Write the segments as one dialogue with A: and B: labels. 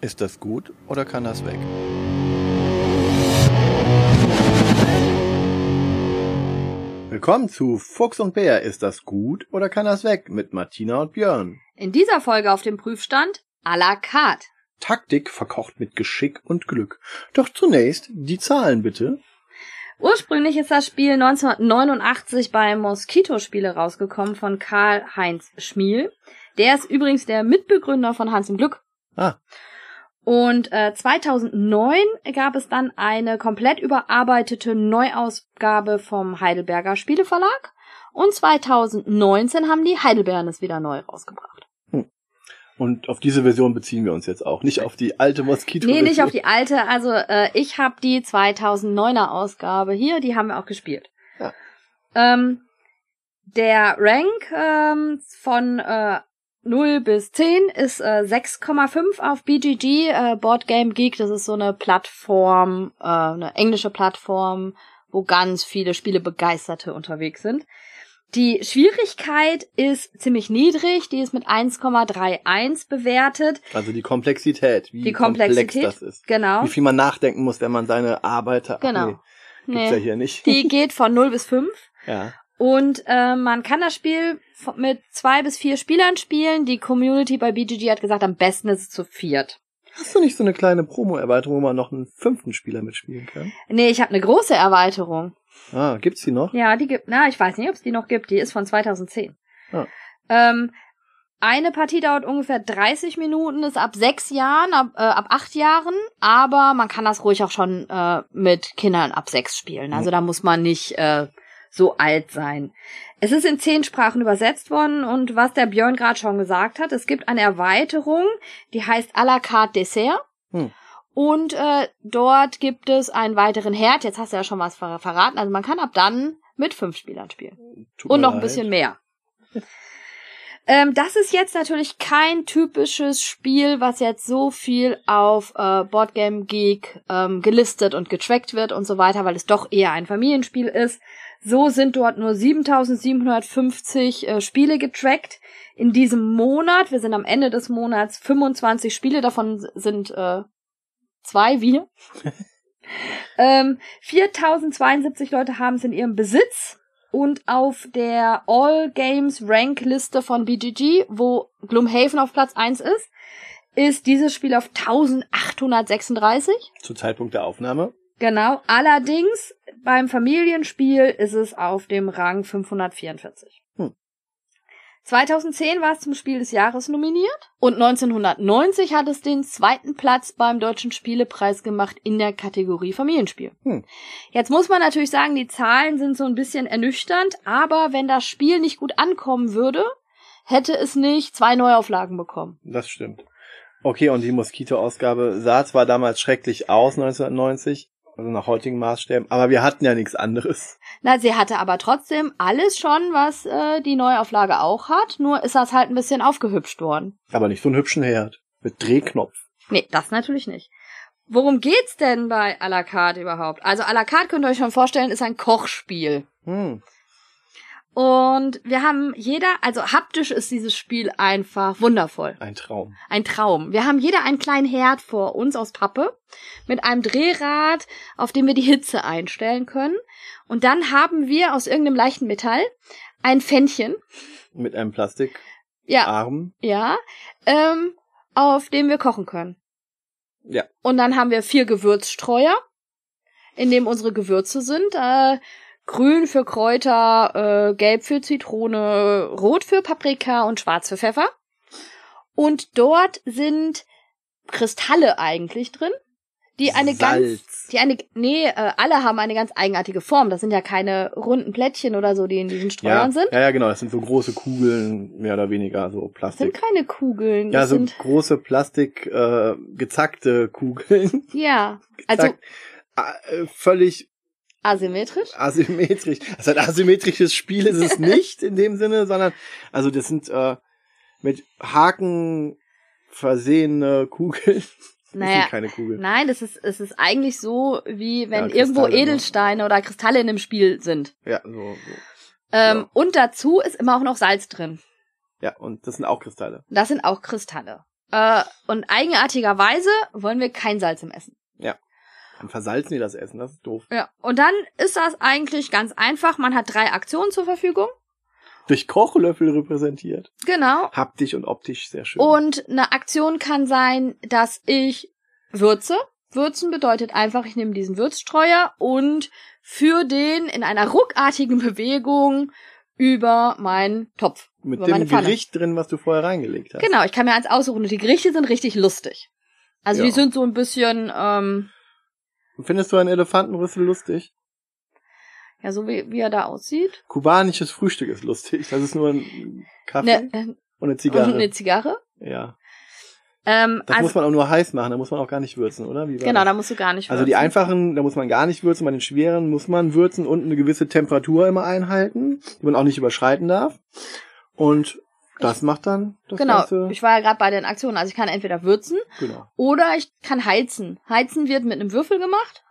A: Ist das gut oder kann das weg? Willkommen zu Fuchs und Bär. Ist das gut oder kann das weg? Mit Martina und Björn.
B: In dieser Folge auf dem Prüfstand à la carte.
A: Taktik verkocht mit Geschick und Glück. Doch zunächst die Zahlen bitte.
B: Ursprünglich ist das Spiel 1989 bei Moskitospiele rausgekommen von Karl-Heinz Schmiel. Der ist übrigens der Mitbegründer von Hans im Glück.
A: Ah,
B: Und äh, 2009 gab es dann eine komplett überarbeitete Neuausgabe vom Heidelberger Spieleverlag. Und 2019 haben die Heidelbeeren es wieder neu rausgebracht.
A: und auf diese Version beziehen wir uns jetzt auch. Nicht auf die alte Moskito.
B: Nee, nicht auf die alte. Also äh, ich habe die 2009er Ausgabe hier, die haben wir auch gespielt.
A: Ja.
B: Ähm, der Rank ähm, von äh, 0 bis 10 ist äh, 6,5 auf BGG, äh, Board Game Geek. Das ist so eine Plattform, äh, eine englische Plattform, wo ganz viele Spielebegeisterte unterwegs sind. Die Schwierigkeit ist ziemlich niedrig, die ist mit 1,31 bewertet.
A: Also die Komplexität, wie
B: Die Komplexität.
A: komplex das ist.
B: Genau.
A: Wie viel man nachdenken muss, wenn man seine Arbeiter.
B: Genau.
A: Ach, nee, gibt's ja hier nicht.
B: Die geht von 0 bis 5.
A: ja.
B: Und äh, man kann das Spiel f- mit zwei bis vier Spielern spielen. Die Community bei BGG hat gesagt, am besten ist es zu viert.
A: Hast du nicht so eine kleine Promo-Erweiterung, wo man noch einen fünften Spieler mitspielen kann?
B: Nee, ich habe eine große Erweiterung.
A: Ah, gibt's die noch?
B: Ja, die gibt, na, ich weiß nicht, ob es die noch gibt. Die ist von 2010.
A: Ah.
B: Ähm, eine Partie dauert ungefähr 30 Minuten, ist ab sechs Jahren, ab, äh, ab acht Jahren, aber man kann das ruhig auch schon äh, mit Kindern ab sechs spielen. Also da muss man nicht äh, so alt sein. Es ist in zehn Sprachen übersetzt worden und was der Björn gerade schon gesagt hat, es gibt eine Erweiterung, die heißt à la carte Dessert.
A: Hm.
B: Und äh, dort gibt es einen weiteren Herd. Jetzt hast du ja schon was ver verraten. Also man kann ab dann mit fünf Spielern spielen.
A: Tut
B: Und
A: mir
B: noch ein
A: leid.
B: bisschen mehr. Ähm, das ist jetzt natürlich kein typisches Spiel, was jetzt so viel auf äh, Boardgame Geek ähm, gelistet und getrackt wird und so weiter, weil es doch eher ein Familienspiel ist. So sind dort nur 7750 äh, Spiele getrackt in diesem Monat. Wir sind am Ende des Monats 25 Spiele, davon s- sind äh, zwei wir. ähm, 4072 Leute haben es in ihrem Besitz und auf der All Games Rank Liste von BGG, wo Gloomhaven auf Platz 1 ist, ist dieses Spiel auf 1836.
A: Zu Zeitpunkt der Aufnahme.
B: Genau. Allerdings beim Familienspiel ist es auf dem Rang 544.
A: Hm.
B: 2010 war es zum Spiel des Jahres nominiert und 1990 hat es den zweiten Platz beim Deutschen Spielepreis gemacht in der Kategorie Familienspiel.
A: Hm.
B: Jetzt muss man natürlich sagen, die Zahlen sind so ein bisschen ernüchternd, aber wenn das Spiel nicht gut ankommen würde, hätte es nicht zwei Neuauflagen bekommen.
A: Das stimmt. Okay, und die Moskito-Ausgabe sah zwar damals schrecklich aus, 1990, also nach heutigen Maßstäben, aber wir hatten ja nichts anderes.
B: Na, sie hatte aber trotzdem alles schon, was äh, die Neuauflage auch hat, nur ist das halt ein bisschen aufgehübscht worden.
A: Aber nicht so einen hübschen Herd. Mit Drehknopf.
B: Nee, das natürlich nicht. Worum geht's denn bei à la carte überhaupt? Also à la carte könnt ihr euch schon vorstellen, ist ein Kochspiel.
A: Hm.
B: Und wir haben jeder, also haptisch ist dieses Spiel einfach wundervoll.
A: Ein Traum.
B: Ein Traum. Wir haben jeder einen kleinen Herd vor uns aus Pappe mit einem Drehrad, auf dem wir die Hitze einstellen können. Und dann haben wir aus irgendeinem leichten Metall ein Fännchen.
A: Mit einem Plastikarm.
B: Ja, Ja, ähm, auf dem wir kochen können.
A: Ja.
B: Und dann haben wir vier Gewürzstreuer, in dem unsere Gewürze sind. Äh, grün für Kräuter, äh, gelb für Zitrone, rot für Paprika und schwarz für Pfeffer. Und dort sind Kristalle eigentlich drin, die eine
A: Salz.
B: ganz, die eine, nee, äh, alle haben eine ganz eigenartige Form. Das sind ja keine runden Plättchen oder so, die in diesen
A: Ja,
B: Streuern sind.
A: ja, ja, genau. Das sind so große Kugeln, mehr oder weniger, so
B: Das sind
A: Plastik.
B: keine Kugeln.
A: Ja,
B: das
A: so
B: sind
A: große Plastik, äh, gezackte Kugeln.
B: Ja, also
A: Zack. Ah, äh, völlig
B: asymmetrisch.
A: asymmetrisch. Also ein asymmetrisches Spiel ist es nicht in dem Sinne, sondern, also das sind, äh, mit Haken versehene Kugeln. Das
B: Naja,
A: sind keine Kugeln.
B: nein, das ist, es ist eigentlich so, wie wenn
A: Ja,
B: irgendwo
A: Kristalle, ne?
B: Edelsteine oder Kristalle in dem Spiel sind.
A: Ja, so, so.
B: Ähm,
A: Ja.
B: Und dazu ist immer auch noch Salz drin.
A: Ja, und das sind auch Kristalle.
B: Das sind auch Kristalle. Äh, und eigenartigerweise wollen wir kein Salz im Essen.
A: Dann versalzen die das Essen, das ist doof.
B: Ja. Und dann ist das eigentlich ganz einfach. Man hat drei Aktionen zur Verfügung.
A: Durch Kochlöffel repräsentiert.
B: Genau.
A: Haptisch und optisch sehr schön.
B: Und eine Aktion kann sein, dass ich würze. Würzen bedeutet einfach, ich nehme diesen Würzstreuer und führe den in einer ruckartigen Bewegung über meinen Topf.
A: Mit
B: über
A: dem
B: meine Pfanne.
A: Gericht drin, was du vorher reingelegt hast.
B: Genau, ich kann mir eins aussuchen. Und die Gerichte sind richtig lustig. Also die
A: Ja.
B: sind so ein bisschen, ähm,
A: Findest du einen Elefantenrüssel lustig?
B: ja, so wie, wie er da aussieht.
A: Kubanisches Frühstück ist lustig. Das ist nur ein Kaffee
B: Ne, äh,
A: und eine
B: und
A: Zigarre.
B: eine Zigarre.
A: Ja.
B: Ähm,
A: Das muss
B: also,
A: man auch nur heiß machen, da muss man auch gar nicht würzen, oder? Wie war
B: genau,
A: das?
B: da musst du gar nicht
A: Also die
B: würzen.
A: einfachen, da muss man gar nicht würzen, bei den schweren muss man würzen und eine gewisse Temperatur immer einhalten, die man auch nicht überschreiten darf. Und das macht dann das
B: Genau,
A: Ganze.
B: ich war ja gerade bei den Aktionen. Also ich kann entweder würzen
A: Genau.
B: oder ich kann heizen. Heizen wird mit einem Würfel gemacht.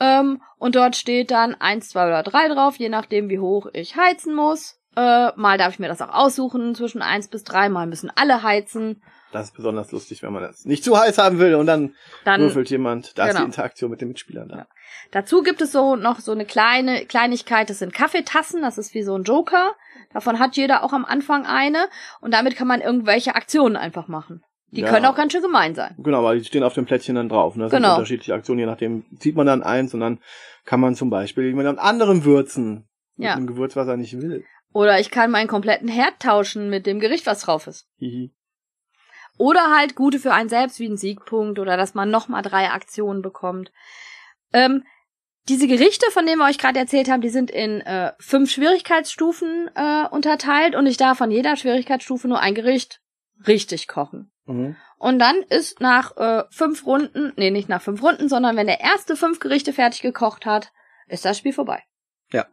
B: Ähm, und dort steht dann eins, zwei oder drei drauf, je nachdem, wie hoch ich heizen muss. Äh, mal darf ich mir das auch aussuchen, zwischen eins bis drei. mal müssen alle heizen.
A: Das ist besonders lustig, wenn man das nicht zu heiß haben will und dann,
B: Dann
A: würfelt jemand. Da ist die
B: genau.
A: Interaktion mit den Mitspielern da.
B: Ja. Dazu gibt es so noch so eine kleine Kleinigkeit, das sind Kaffeetassen, das ist wie so ein Joker. Davon hat jeder auch am Anfang eine und damit kann man irgendwelche Aktionen einfach machen. Die
A: Ja.
B: können auch ganz schön gemein sein.
A: Genau, weil die stehen auf dem Plättchen dann drauf. Ne? Das sind
B: Genau.
A: unterschiedliche Aktionen, je nachdem zieht man dann eins und dann kann man zum Beispiel jemand an anderem würzen.
B: Ja.
A: Mit einem Gewürz, was er nicht will.
B: Oder ich kann meinen kompletten Herd tauschen mit dem Gericht, was drauf ist.
A: Hihi.
B: Oder halt gute für einen selbst wie ein Siegpunkt oder dass man nochmal drei Aktionen bekommt. Ähm, diese Gerichte, von denen wir euch gerade erzählt haben, die sind in äh, fünf Schwierigkeitsstufen äh, unterteilt und ich darf von jeder Schwierigkeitsstufe nur ein Gericht richtig kochen.
A: Mhm.
B: Und dann ist nach äh, fünf Runden, nee, nicht nach fünf Runden, sondern wenn der erste fünf Gerichte fertig gekocht hat, ist das Spiel vorbei.
A: Ja.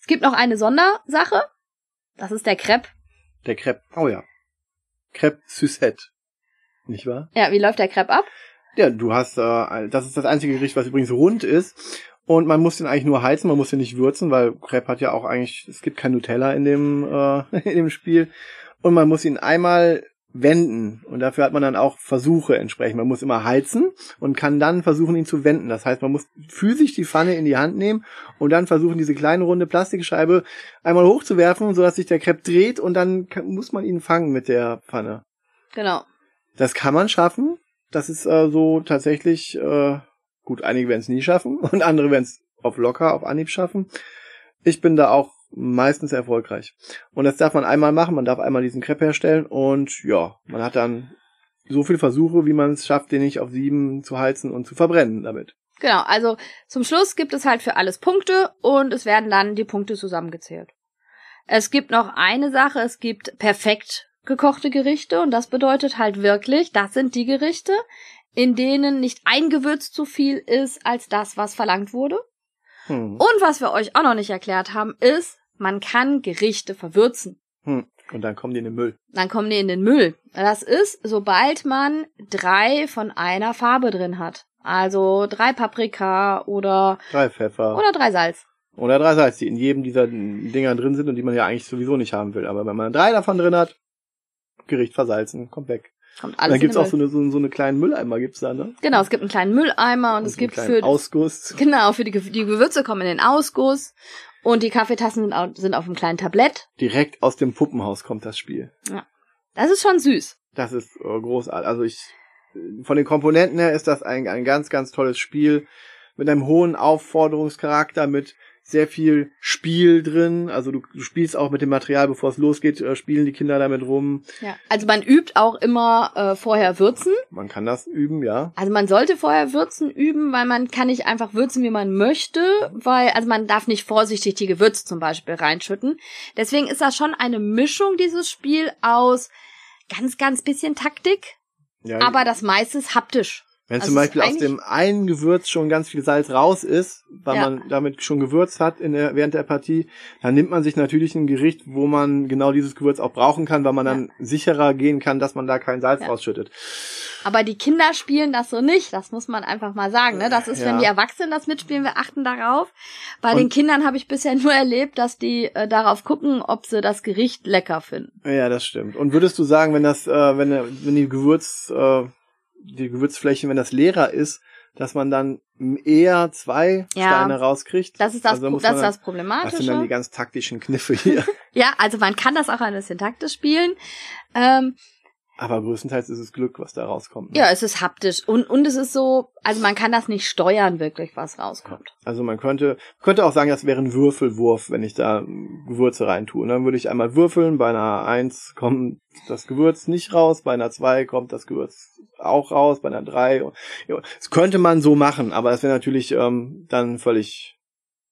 B: Es gibt noch eine Sondersache. Das ist der Crepe.
A: Der Crepe. Oh ja. Crepe Suzette. Nicht wahr?
B: Ja, wie läuft der Crepe ab?
A: Ja, du hast, äh, das ist das einzige Gericht, was übrigens rund ist. Und man muss den eigentlich nur heizen, man muss den nicht würzen, weil Crepe hat ja auch eigentlich, es gibt kein Nutella in dem, äh, in dem Spiel. Und man muss ihn einmal wenden. Und dafür hat man dann auch Versuche entsprechend. Man muss immer heizen und kann dann versuchen, ihn zu wenden. Das heißt, man muss physisch die Pfanne in die Hand nehmen und dann versuchen, diese kleine runde Plastikscheibe einmal hochzuwerfen, sodass sich der Crepe dreht und dann kann, muss man ihn fangen mit der Pfanne.
B: Genau.
A: Das kann man schaffen. Das ist äh, so tatsächlich äh, gut. Einige werden es nie schaffen und andere werden es auf locker, auf Anhieb schaffen. Ich bin da auch meistens erfolgreich. Und das darf man einmal machen. Man darf einmal diesen Crepe herstellen und ja, man hat dann so viele Versuche, wie man es schafft, den nicht auf sieben zu heizen und zu verbrennen damit.
B: Genau, also zum Schluss gibt es halt für alles Punkte und es werden dann die Punkte zusammengezählt. Es gibt noch eine Sache, es gibt perfekt gekochte Gerichte und das bedeutet halt wirklich, das sind die Gerichte, in denen nicht ein Gewürz zu viel ist als das, was verlangt wurde.
A: Hm.
B: Und was wir euch auch noch nicht erklärt haben, ist, man kann Gerichte verwürzen.
A: Hm. Und dann kommen die in den Müll.
B: Dann kommen die in den Müll. Das ist, sobald man drei von einer Farbe drin hat. Also drei Paprika oder
A: Drei Pfeffer oder,
B: Oder drei Salz.
A: drei Salz, die in jedem dieser Dinger drin sind und die man ja eigentlich sowieso nicht haben will. Aber wenn man drei davon drin hat, Gericht versalzen, kommt weg.
B: Kommt alles
A: dann gibt's
B: in
A: auch
B: den
A: so
B: Müll.
A: eine, so, eine- so eine kleine Mülleimer gibt's da, ne?
B: Genau, es gibt einen kleinen Mülleimer und,
A: Und
B: es
A: so
B: gibt
A: einen kleinen
B: für
A: Ausguss.
B: genau für die, Ge- die Gewürze kommen in den Ausguss und die Kaffeetassen sind auf, sind auf einem kleinen Tablett.
A: Direkt aus dem Puppenhaus kommt das Spiel.
B: Das ist schon süß.
A: Das ist äh, großartig. Also ich, äh, von den Komponenten her ist das ein, ein ganz, ganz tolles Spiel mit einem hohen Aufforderungscharakter, mit sehr viel Spiel drin. Also du, du spielst auch mit dem Material, bevor es losgeht, äh, spielen die Kinder damit rum.
B: Ja. Also man übt auch immer äh, vorher würzen.
A: Man kann das üben, ja.
B: Also man sollte vorher würzen üben, weil man kann nicht einfach würzen, wie man möchte, weil also man darf nicht vorsichtig die Gewürze zum Beispiel reinschütten. Deswegen ist das schon eine Mischung dieses Spiel aus ganz ganz bisschen Taktik,
A: ja
B: aber das meiste ist haptisch.
A: Wenn
B: Also
A: zum
B: es ist
A: Beispiel aus
B: eigentlich-
A: dem einen Gewürz schon ganz viel Salz raus ist, weil
B: Ja.
A: man damit schon gewürzt hat in der, während der Partie, dann nimmt man sich natürlich ein Gericht, wo man genau dieses Gewürz auch brauchen kann, weil man
B: Ja.
A: dann sicherer gehen kann, dass man da kein Salz
B: Ja.
A: rausschüttet.
B: Aber die Kinder spielen das so nicht, das muss man einfach mal sagen. Ne? Das ist,
A: Ja.
B: wenn die Erwachsenen das mitspielen, wir achten darauf. Bei den
A: Und-
B: Kindern habe ich bisher nur erlebt, dass die äh, darauf gucken, ob sie das Gericht lecker finden.
A: Ja, das stimmt. Und würdest du sagen, wenn das, äh, wenn, der- wenn die Gewürz, äh, die Gewürzfläche, wenn das leerer ist, dass man dann eher zwei
B: Ja.
A: Steine rauskriegt?
B: Das ist das,
A: Also
B: Pro-
A: muss
B: das,
A: man dann-
B: ist das
A: Das sind dann die
B: Problematische.
A: ganz taktischen Kniffe hier.
B: Ja, also man kann das auch ein bisschen taktisch spielen. Ähm,
A: Aber größtenteils ist es Glück, was da rauskommt. ne?
B: ja, es ist haptisch und, und es ist so, also man kann das nicht steuern wirklich, was rauskommt.
A: Also man könnte, könnte auch sagen, das wäre ein Würfelwurf, wenn ich da mm, Gewürze reintue. Und dann würde ich einmal würfeln, bei einer 1 kommt das Gewürz nicht raus, bei einer 2 kommt das Gewürz auch raus, bei einer 3. und- ja, Das könnte man so machen, aber das wäre natürlich ähm, dann völlig,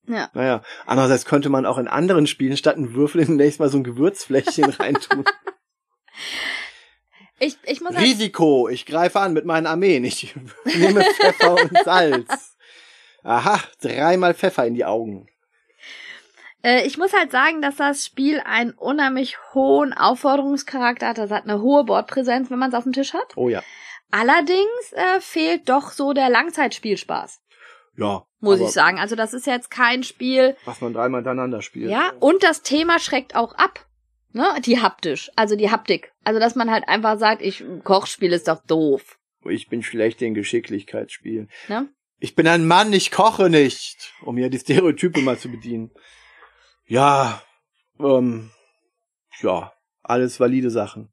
B: Ja.
A: naja. Andererseits könnte man auch in anderen Spielen statt einen Würfel demnächst mal so ein Gewürzfläschchen reintun.
B: Ich, ich muss halt,
A: Risiko, ich greife an mit meinen Armeen. Ich nehme Pfeffer und Salz. Aha, dreimal Pfeffer in die Augen.
B: äh, ich muss halt sagen, dass das Spiel einen unheimlich hohen Aufforderungscharakter hat. Das hat eine hohe Bordpräsenz, wenn man es auf dem Tisch hat.
A: Oh ja.
B: Allerdings äh, fehlt doch so der Langzeitspielspaß,
A: Ja.
B: muss
A: aber
B: ich sagen. Also das ist jetzt kein Spiel.
A: Was man dreimal hintereinander spielt.
B: Ja, und das Thema schreckt auch ab. Ne? Die haptisch, also die Haptik. Also dass man halt einfach sagt, ich Kochspiel ist doch doof.
A: Ich bin schlecht in Geschicklichkeitsspielen.
B: Ne?
A: Ich bin ein Mann, ich koche nicht. Um hier die Stereotype mal zu bedienen. Ja, ähm, ja, alles valide Sachen.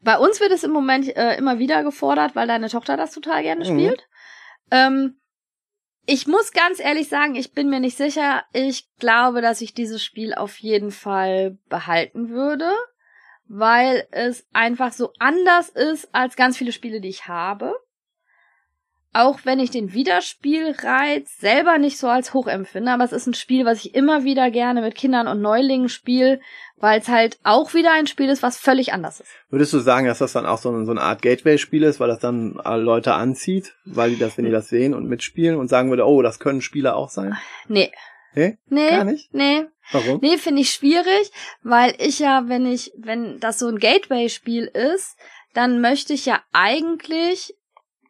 B: Bei uns wird es im Moment äh, immer wieder gefordert, weil deine Tochter das total gerne
A: Mhm.
B: spielt. Ähm, ich muss ganz ehrlich sagen, ich bin mir nicht sicher. Ich glaube, dass ich dieses Spiel auf jeden Fall behalten würde, weil es einfach so anders ist als ganz viele Spiele, die ich habe. Auch wenn ich den Wiederspielreiz selber nicht so als hoch empfinde, aber es ist ein Spiel, was ich immer wieder gerne mit Kindern und Neulingen spiele, weil es halt auch wieder ein Spiel ist, was völlig anders ist.
A: Würdest du sagen, dass das dann auch so eine, so eine Art Gateway-Spiel ist, weil das dann alle Leute anzieht, weil die das, wenn die das sehen und mitspielen und sagen würde, oh, das können Spieler auch sein?
B: Nee.
A: Nee? Gar
B: Nee,
A: nicht?
B: nee,
A: Warum?
B: Nee, finde ich schwierig, weil ich ja, wenn ich, wenn das so ein Gateway-Spiel ist, dann möchte ich ja eigentlich,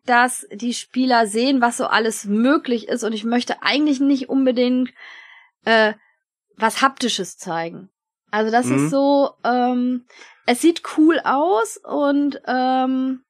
B: dass die Spieler sehen, was so alles möglich ist und ich möchte eigentlich nicht unbedingt äh, was Haptisches zeigen. Also das
A: Mhm.
B: ist so, ähm, es sieht cool aus und ähm,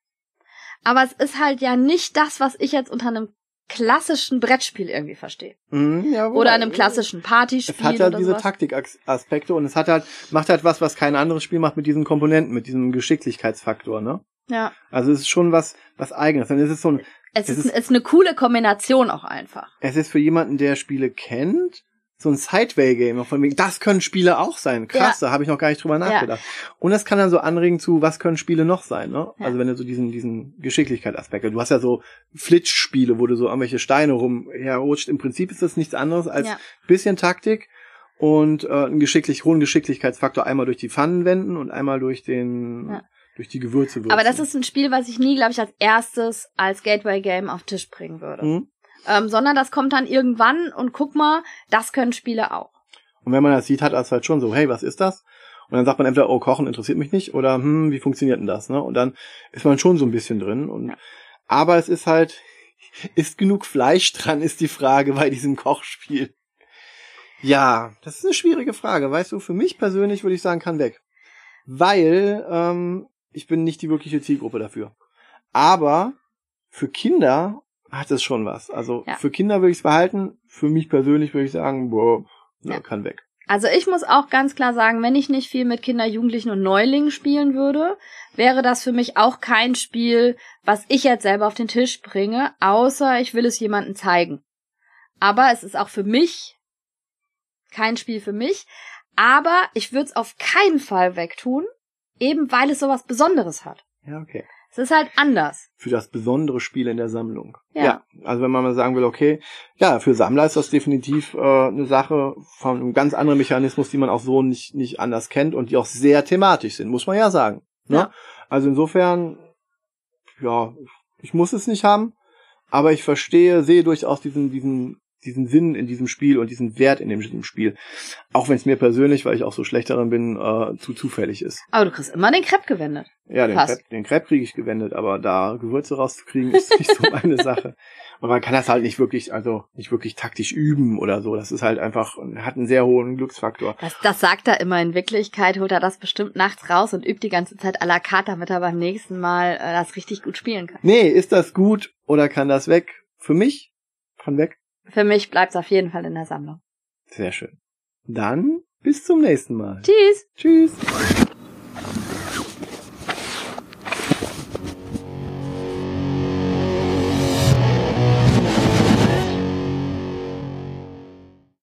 B: aber es ist halt ja nicht das, was ich jetzt unter einem klassischen Brettspiel irgendwie verstehe.
A: Mhm, ja,
B: Oder
A: wobei-
B: einem klassischen Partyspiel.
A: Es hat halt
B: oder
A: diese
B: sowas.
A: Taktikaspekte und es hat halt, macht halt was, was kein anderes Spiel macht mit diesen Komponenten, mit diesem Geschicklichkeitsfaktor, ne?
B: Ja.
A: Also es ist schon was, was eigenes. Dann ist es so ein,
B: Es
A: Es
B: ist,
A: ist-
B: es ist eine coole Kombination auch einfach.
A: es ist für jemanden, der Spiele kennt, so ein Sideway-Game. Von wegen, das können Spiele auch sein. Krass, da habe ich noch gar nicht drüber nachgedacht. Und das kann dann so anregen zu, was können Spiele noch sein, ne?
B: Ja.
A: Also wenn du so diesen, diesen Geschicklichkeitsaspekt, du hast ja so Flitsch-Spiele, wo du so irgendwelche Steine rumherrutscht. Im Prinzip ist das nichts anderes als
B: Ja.
A: bisschen Taktik und äh, einen geschicklich, hohen Geschicklichkeitsfaktor einmal durch die Pfannen wenden und einmal durch den,
B: Ja.
A: durch die Gewürze würzen.
B: Aber das ist ein Spiel, was ich nie, glaube ich, als erstes als Gateway-Game auf den Tisch bringen würde.
A: Mhm.
B: Ähm, sondern das kommt dann irgendwann und guck mal, das können Spiele auch.
A: Und wenn man das sieht, hat das halt schon so, hey, was ist das? Und dann sagt man entweder, oh, Kochen interessiert mich nicht oder hm, wie funktioniert denn das? Ne? Und dann ist man schon so ein bisschen drin. Und
B: Ja.
A: aber es ist halt, ist genug Fleisch dran, ist die Frage bei diesem Kochspiel. Ja, das ist eine schwierige Frage. Weißt du, für mich persönlich würde ich sagen, kann weg. Weil ähm, ich bin nicht die wirkliche Zielgruppe dafür. Aber für Kinder hat es schon was. Also
B: Ja.
A: für Kinder würde ich es behalten. Für mich persönlich würde ich sagen, boah, ne,
B: Ja.
A: kann weg.
B: Also ich muss auch ganz klar sagen, wenn ich nicht viel mit Kinder, Jugendlichen und Neulingen spielen würde, wäre das für mich auch kein Spiel, was ich jetzt selber auf den Tisch bringe, außer ich will es jemandem zeigen. Aber es ist auch für mich kein Spiel für mich. Aber ich würde es auf keinen Fall wegtun, eben weil es sowas Besonderes hat.
A: Ja, okay.
B: Es ist halt anders.
A: Für das besondere Spiel in der Sammlung.
B: Ja.
A: Also wenn man mal sagen will, okay, ja, für Sammler ist das definitiv äh, eine Sache von einem ganz anderen Mechanismus, die man auch so nicht, nicht anders kennt und die auch sehr thematisch sind, muss man ja sagen. Ne?
B: Ja.
A: Also insofern, ja, Ich muss es nicht haben, aber ich verstehe, sehe durchaus diesen, diesen, diesen Sinn in diesem Spiel und diesen Wert in dem, in dem Spiel. Auch wenn es mir persönlich, weil ich auch so schlecht darin bin, äh, zu zufällig ist.
B: Aber du kriegst immer den Crepe gewendet.
A: Ja, den
B: Passt.
A: Crepe, den Crepe kriege ich gewendet, aber da Gewürze rauszukriegen, ist nicht so meine Sache. Und man kann das halt nicht wirklich, also nicht wirklich taktisch üben oder so. Das ist halt einfach, hat einen sehr hohen Glücksfaktor.
B: Das, das sagt er immer. In Wirklichkeit holt er das bestimmt nachts raus und übt die ganze Zeit à la carte, damit er beim nächsten Mal äh, das richtig gut spielen kann.
A: Nee, ist das gut oder kann das weg? Für mich? Kann weg.
B: Für mich bleibt's auf jeden Fall in der Sammlung.
A: Sehr schön. Dann bis zum nächsten Mal.
B: Tschüss!
A: Tschüss.